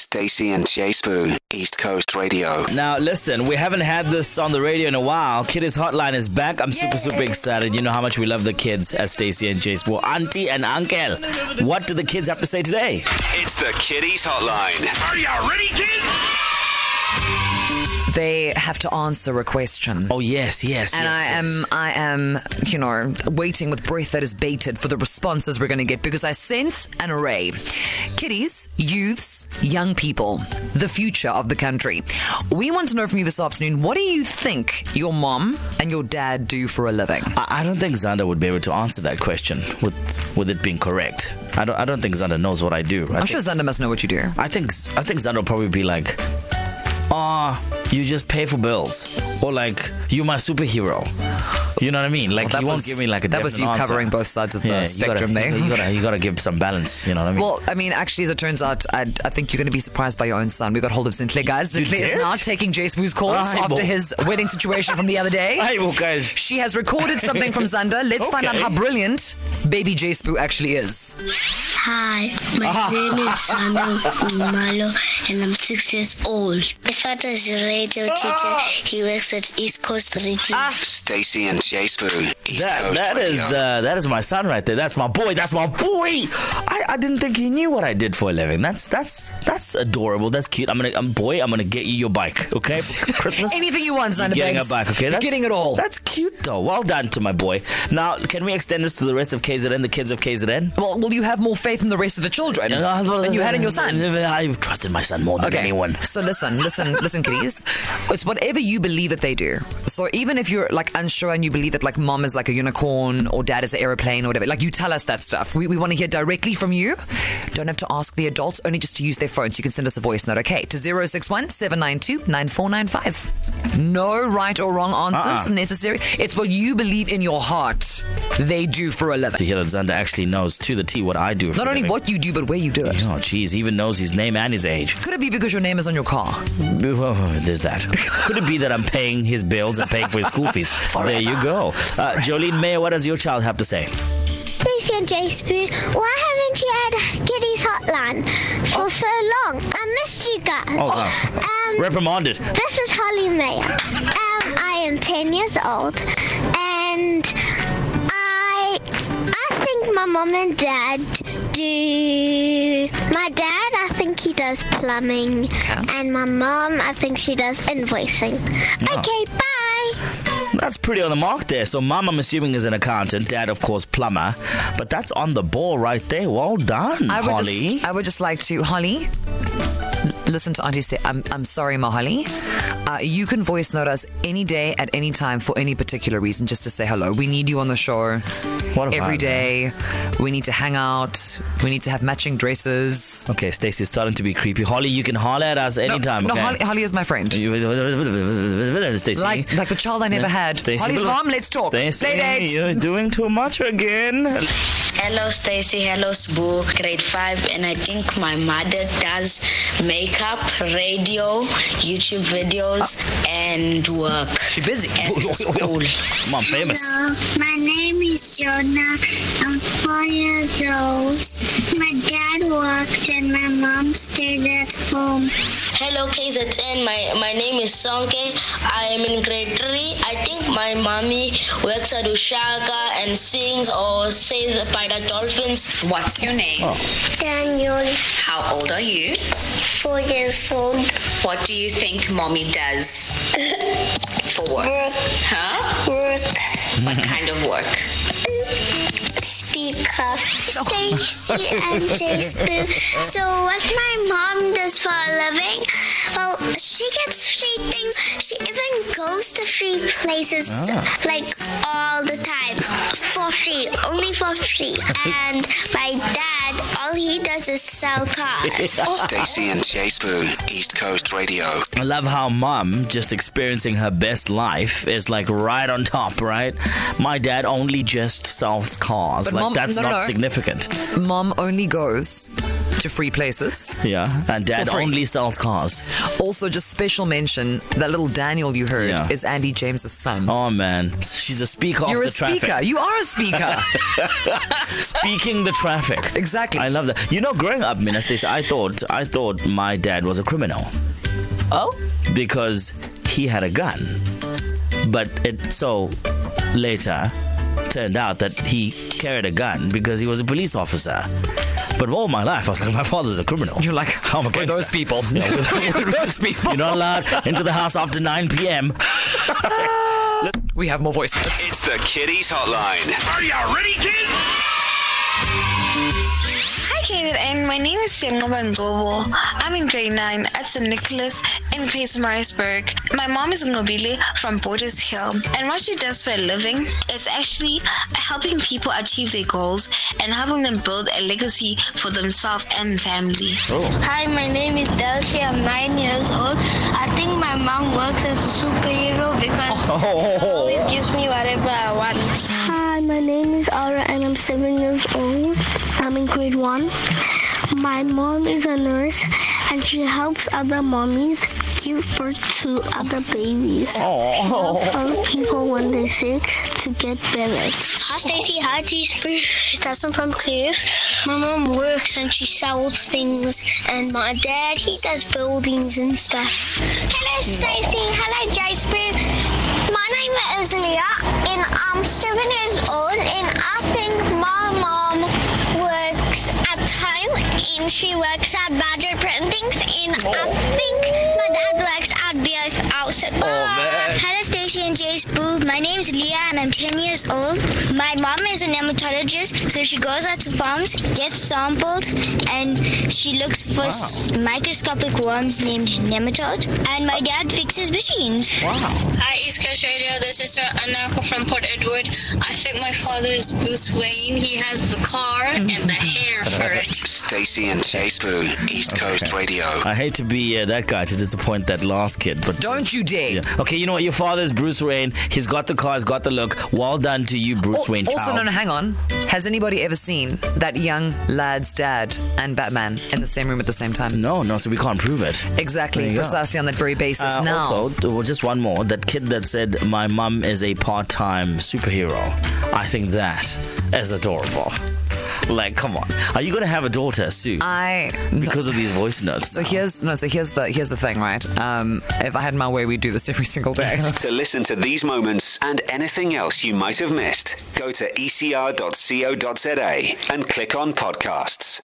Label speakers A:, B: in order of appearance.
A: Stacy and Jay Spoon, East Coast Radio.
B: Now, listen, we haven't had this on the radio in a while. Kiddies Hotline is back. I'm super, super excited. You know how much we love the kids as Stacy and Jace. Well, auntie and uncle, what do the kids have to say today?
C: It's the Kiddies Hotline.
D: Are y'all ready, kids?
E: They have to answer a question.
B: Oh, yes, yes.
E: and
B: yes,
E: I
B: yes.
E: am, I am, you know, waiting with breath that is bated for the responses we're going to get because I sense an array. Kiddies, youths, young people, the future of the country. We want to know from you this afternoon what do you think your mom and your dad do for a living?
B: I I don't think Xander would be able to answer that question with with it being correct. I don't. I don't think Xander knows what I do. I
E: I'm
B: think,
E: sure Zander must know what you do.
B: I think. I think Xander will probably be like, "Ah, you just pay for bills," or like, "You're my superhero." You know what I mean? Like
E: That
B: he won't
E: was-
B: give me like a
E: That was
B: definite
E: you
B: answer.
E: covering both sides of the
B: Yeah, you gotta,
E: spectrum there.
B: You gotta, you gotta give some balance. You know what I mean?
E: Well, I mean, actually, as it turns out, I, I think you're going to be surprised by your own son. We got hold of Zintle, guys.
B: You
E: Zintle is
B: did?
E: now taking Jace Woo's calls
B: Ay,
E: after
B: bo.
E: his wedding situation from the other day.
B: hey, well, guys.
E: She has recorded something from Zander. Let's find out
B: Okay.
E: how brilliant baby Jace Boo actually is.
F: Hi, my name is Sano Malo and I'm six years old. My father is a radio teacher. He works at East Coast Radio.
A: Ah. Stacy and Jay Spoon, East
B: Ah. That,
A: Coast
B: that
A: Radio.
B: is uh, that is my son right there. That's my boy. That's my boy. I, I didn't think he knew what I did for a living. That's that's that's adorable. That's cute. I'm gonna I'm boy. I'm gonna get you your bike. Okay, Christmas.
E: Anything you want, Zander
B: You're getting
E: Banks.
B: a bike. Okay,
E: You're
B: That's-
E: getting it all.
B: That's cute though. Well done to my boy. Now, can we extend this to the rest of KZN, the kids of KZN?
E: Well, will you have more faith in the rest of the children than you had in your son?
B: I trusted my son more than
E: Okay.
B: anyone.
E: So listen, listen, listen, kiddies. It's whatever you believe that they do. So even if you're like unsure and you believe that like mom is like a unicorn or dad is an aeroplane or whatever, like you tell us that stuff. We, we want to hear directly from you. Don't have to ask the adults, only just to use their phones. You can send us a voice note, okay, to 061 792 9495. No right or wrong answers
B: Uh-uh.
E: necessary. It's what you believe in your heart they do for a
B: To
E: living.
B: hear that Zander actually knows to the T what I do. for
E: Not
B: a
E: only
B: living.
E: what you do, but where you do it.
B: Oh, jeez. He even knows his name and his age.
E: Could it be because your name is on your car?
B: Oh, There's that. Could it be that I'm paying his bills and paying for his school fees? There you go. Uh, Jolene Mayer, what does your child have to say?
G: Lucy and Jay Spoo, why haven't you had Kitty's Hotline for so long? I missed you guys.
B: Oh, wow.
G: Um,
B: Reprimanded.
G: this is Holly Mayer. Um, I am 10 years old, and I I think my mom and dad do. My dad, I think he does plumbing, and my mom, I think she does invoicing. Okay, bye.
B: That's pretty on the mark there. So, mom, I'm assuming, is an accountant. Dad, of course, plumber. But that's on the ball right there. Well done,
E: I would
B: Holly.
E: just I would just like to Holly. l- Listen to Auntie say, I'm, I'm sorry, Mahali. Uh, you can voice note us any day at any time for any particular reason, just to say hello. We need you on the show
B: What a
E: every
B: vibe, man.
E: day. We need to hang out. We need to have matching dresses.
B: Okay, Stacey's starting to be creepy. Holly, you can holler at us anytime.
E: no,
B: okay?
E: no Holly, Holly is my friend.
B: Stacey.
E: Like like the child I never had.
B: Stacey,
E: Holly's
B: look.
E: mom, let's talk.
B: Stacey,
E: Play date.
B: you're doing too much again.
H: Hello, Stacy. Hello, Spoo. Grade five, and I think my mother does makeup, radio, YouTube videos, and work.
E: She busy.
H: And school.
B: Mom, famous.
F: Hello, my name is Jonah. I'm four years old. My dad works and my mom stays at home.
H: Hello, KZN. My, my name is Sonke. I am in grade three. I think my mommy works at Ushaka and sings or says by the dolphins.
I: What's your name?
F: Daniel,
I: How old are you?
F: four years old.
I: What do you think mommy does for work? Huh?
F: Work
I: What kind of work?
F: speaker. Stacy and Jace Boo. So what my mom does for a living? Well, she gets free things. She even goes to free places like all the time for free, only for free. And my dad, all he does is sell cars.
A: Stacy and Jay Spoon, East Coast Radio.
B: I love how mom just experiencing her best life is like right on top, right? My dad only just sells cars.
E: But
B: like
E: Mom-
B: that's
E: no, no,
B: not
E: no.
B: significant.
E: Mom only goes to free places.
B: Yeah. And dad
E: For free.
B: only sells cars.
E: Also, just special mention that little Daniel you heard
B: Yeah.
E: is Andy James's son.
B: Oh man. She's a speaker of
E: You're
B: the
E: a speaker.
B: traffic.
E: You are a speaker.
B: Speaking the traffic.
E: Exactly.
B: I love that. You know, growing up, Mina Stacey, I thought I thought my dad was a criminal
E: oh,
B: because he had a gun. But it so later turned out that he carried a gun because he was a police officer. But all my life, I was like, my father's a criminal.
E: you're like
B: I'm a
E: we're
B: gangster.
E: those people. We're those people.
B: You're not allowed into the house after 9 p.m.
E: we have more voice notes.
C: It's the Kiddies Hotline. Are you ready, kids?
D: Hi, Kaden, and my name is Sangoban Dobo. I'm in grade 9 at St. Nicholas in Place Marisburg. My mom is Ngobile from Borders Hill, and what she does for a living is actually helping people achieve their goals and helping them build a legacy for themselves and family.
G: Hi, my name is Delcy. I'm nine years old. I think my mom works as a superhero because she always gives me whatever I want. Hi, my name is Aura and I'm seven years old. I'm in grade one. My mom is a nurse and she helps other mommies give birth to other babies. She helps other people when they're sick to get better.
F: Hi, Stacey. Hi, Teaspoon. That's I'm from Cliff. My mom works and she sells things, and my dad he does buildings and stuff. Hello, Stacey. Hello, Jasper. My name is Leah, and I'm seven years old, and I think my mom works at home, and she works at Badger Printings, and I think my dad works at BF Outset. Hello, Stacey and Jay's Boo. My name's Leah and I'm 10 years old. My mom is a nematologist, so she goes out to farms, gets sampled, and she looks for s- microscopic worms named nematodes. And my dad fixes machines.
H: Hi, East Coast Radio. This is Sir Anako from Port Edward. I think my father is Bruce Wayne. He has the car and the hair for it.
A: Stacy and Jay Spoon, East Coast Radio.
B: I hate to be uh, that guy to disappoint that last kid, but
E: Don't you dare.
B: Yeah. Okay, you know what? Your father's Bruce Wayne. He's got the car. He's got the look. Well done to you, Bruce
E: Al-
B: Wayne.
E: also,
B: child.
E: no, no, hang on. Has anybody ever seen that young lad's dad and Batman in the same room at the same time?
B: no, no. So we can't prove it. Mm. There
E: Exactly,
B: you go.
E: precisely on that very basis.
B: Uh,
E: now,
B: Also, th- well, just one more. That kid that said, "My mum is a part-time superhero." I think that is adorable. Like, come on. Are you gonna have a daughter, Sue?
E: I
B: because of these voice notes.
E: Uh, so here's no, so here's the here's the thing, right? Um, if I had my way, we'd do this every single day.
C: To listen to these moments and anything else you E might have missed, go to ecr.co.za and click on podcasts.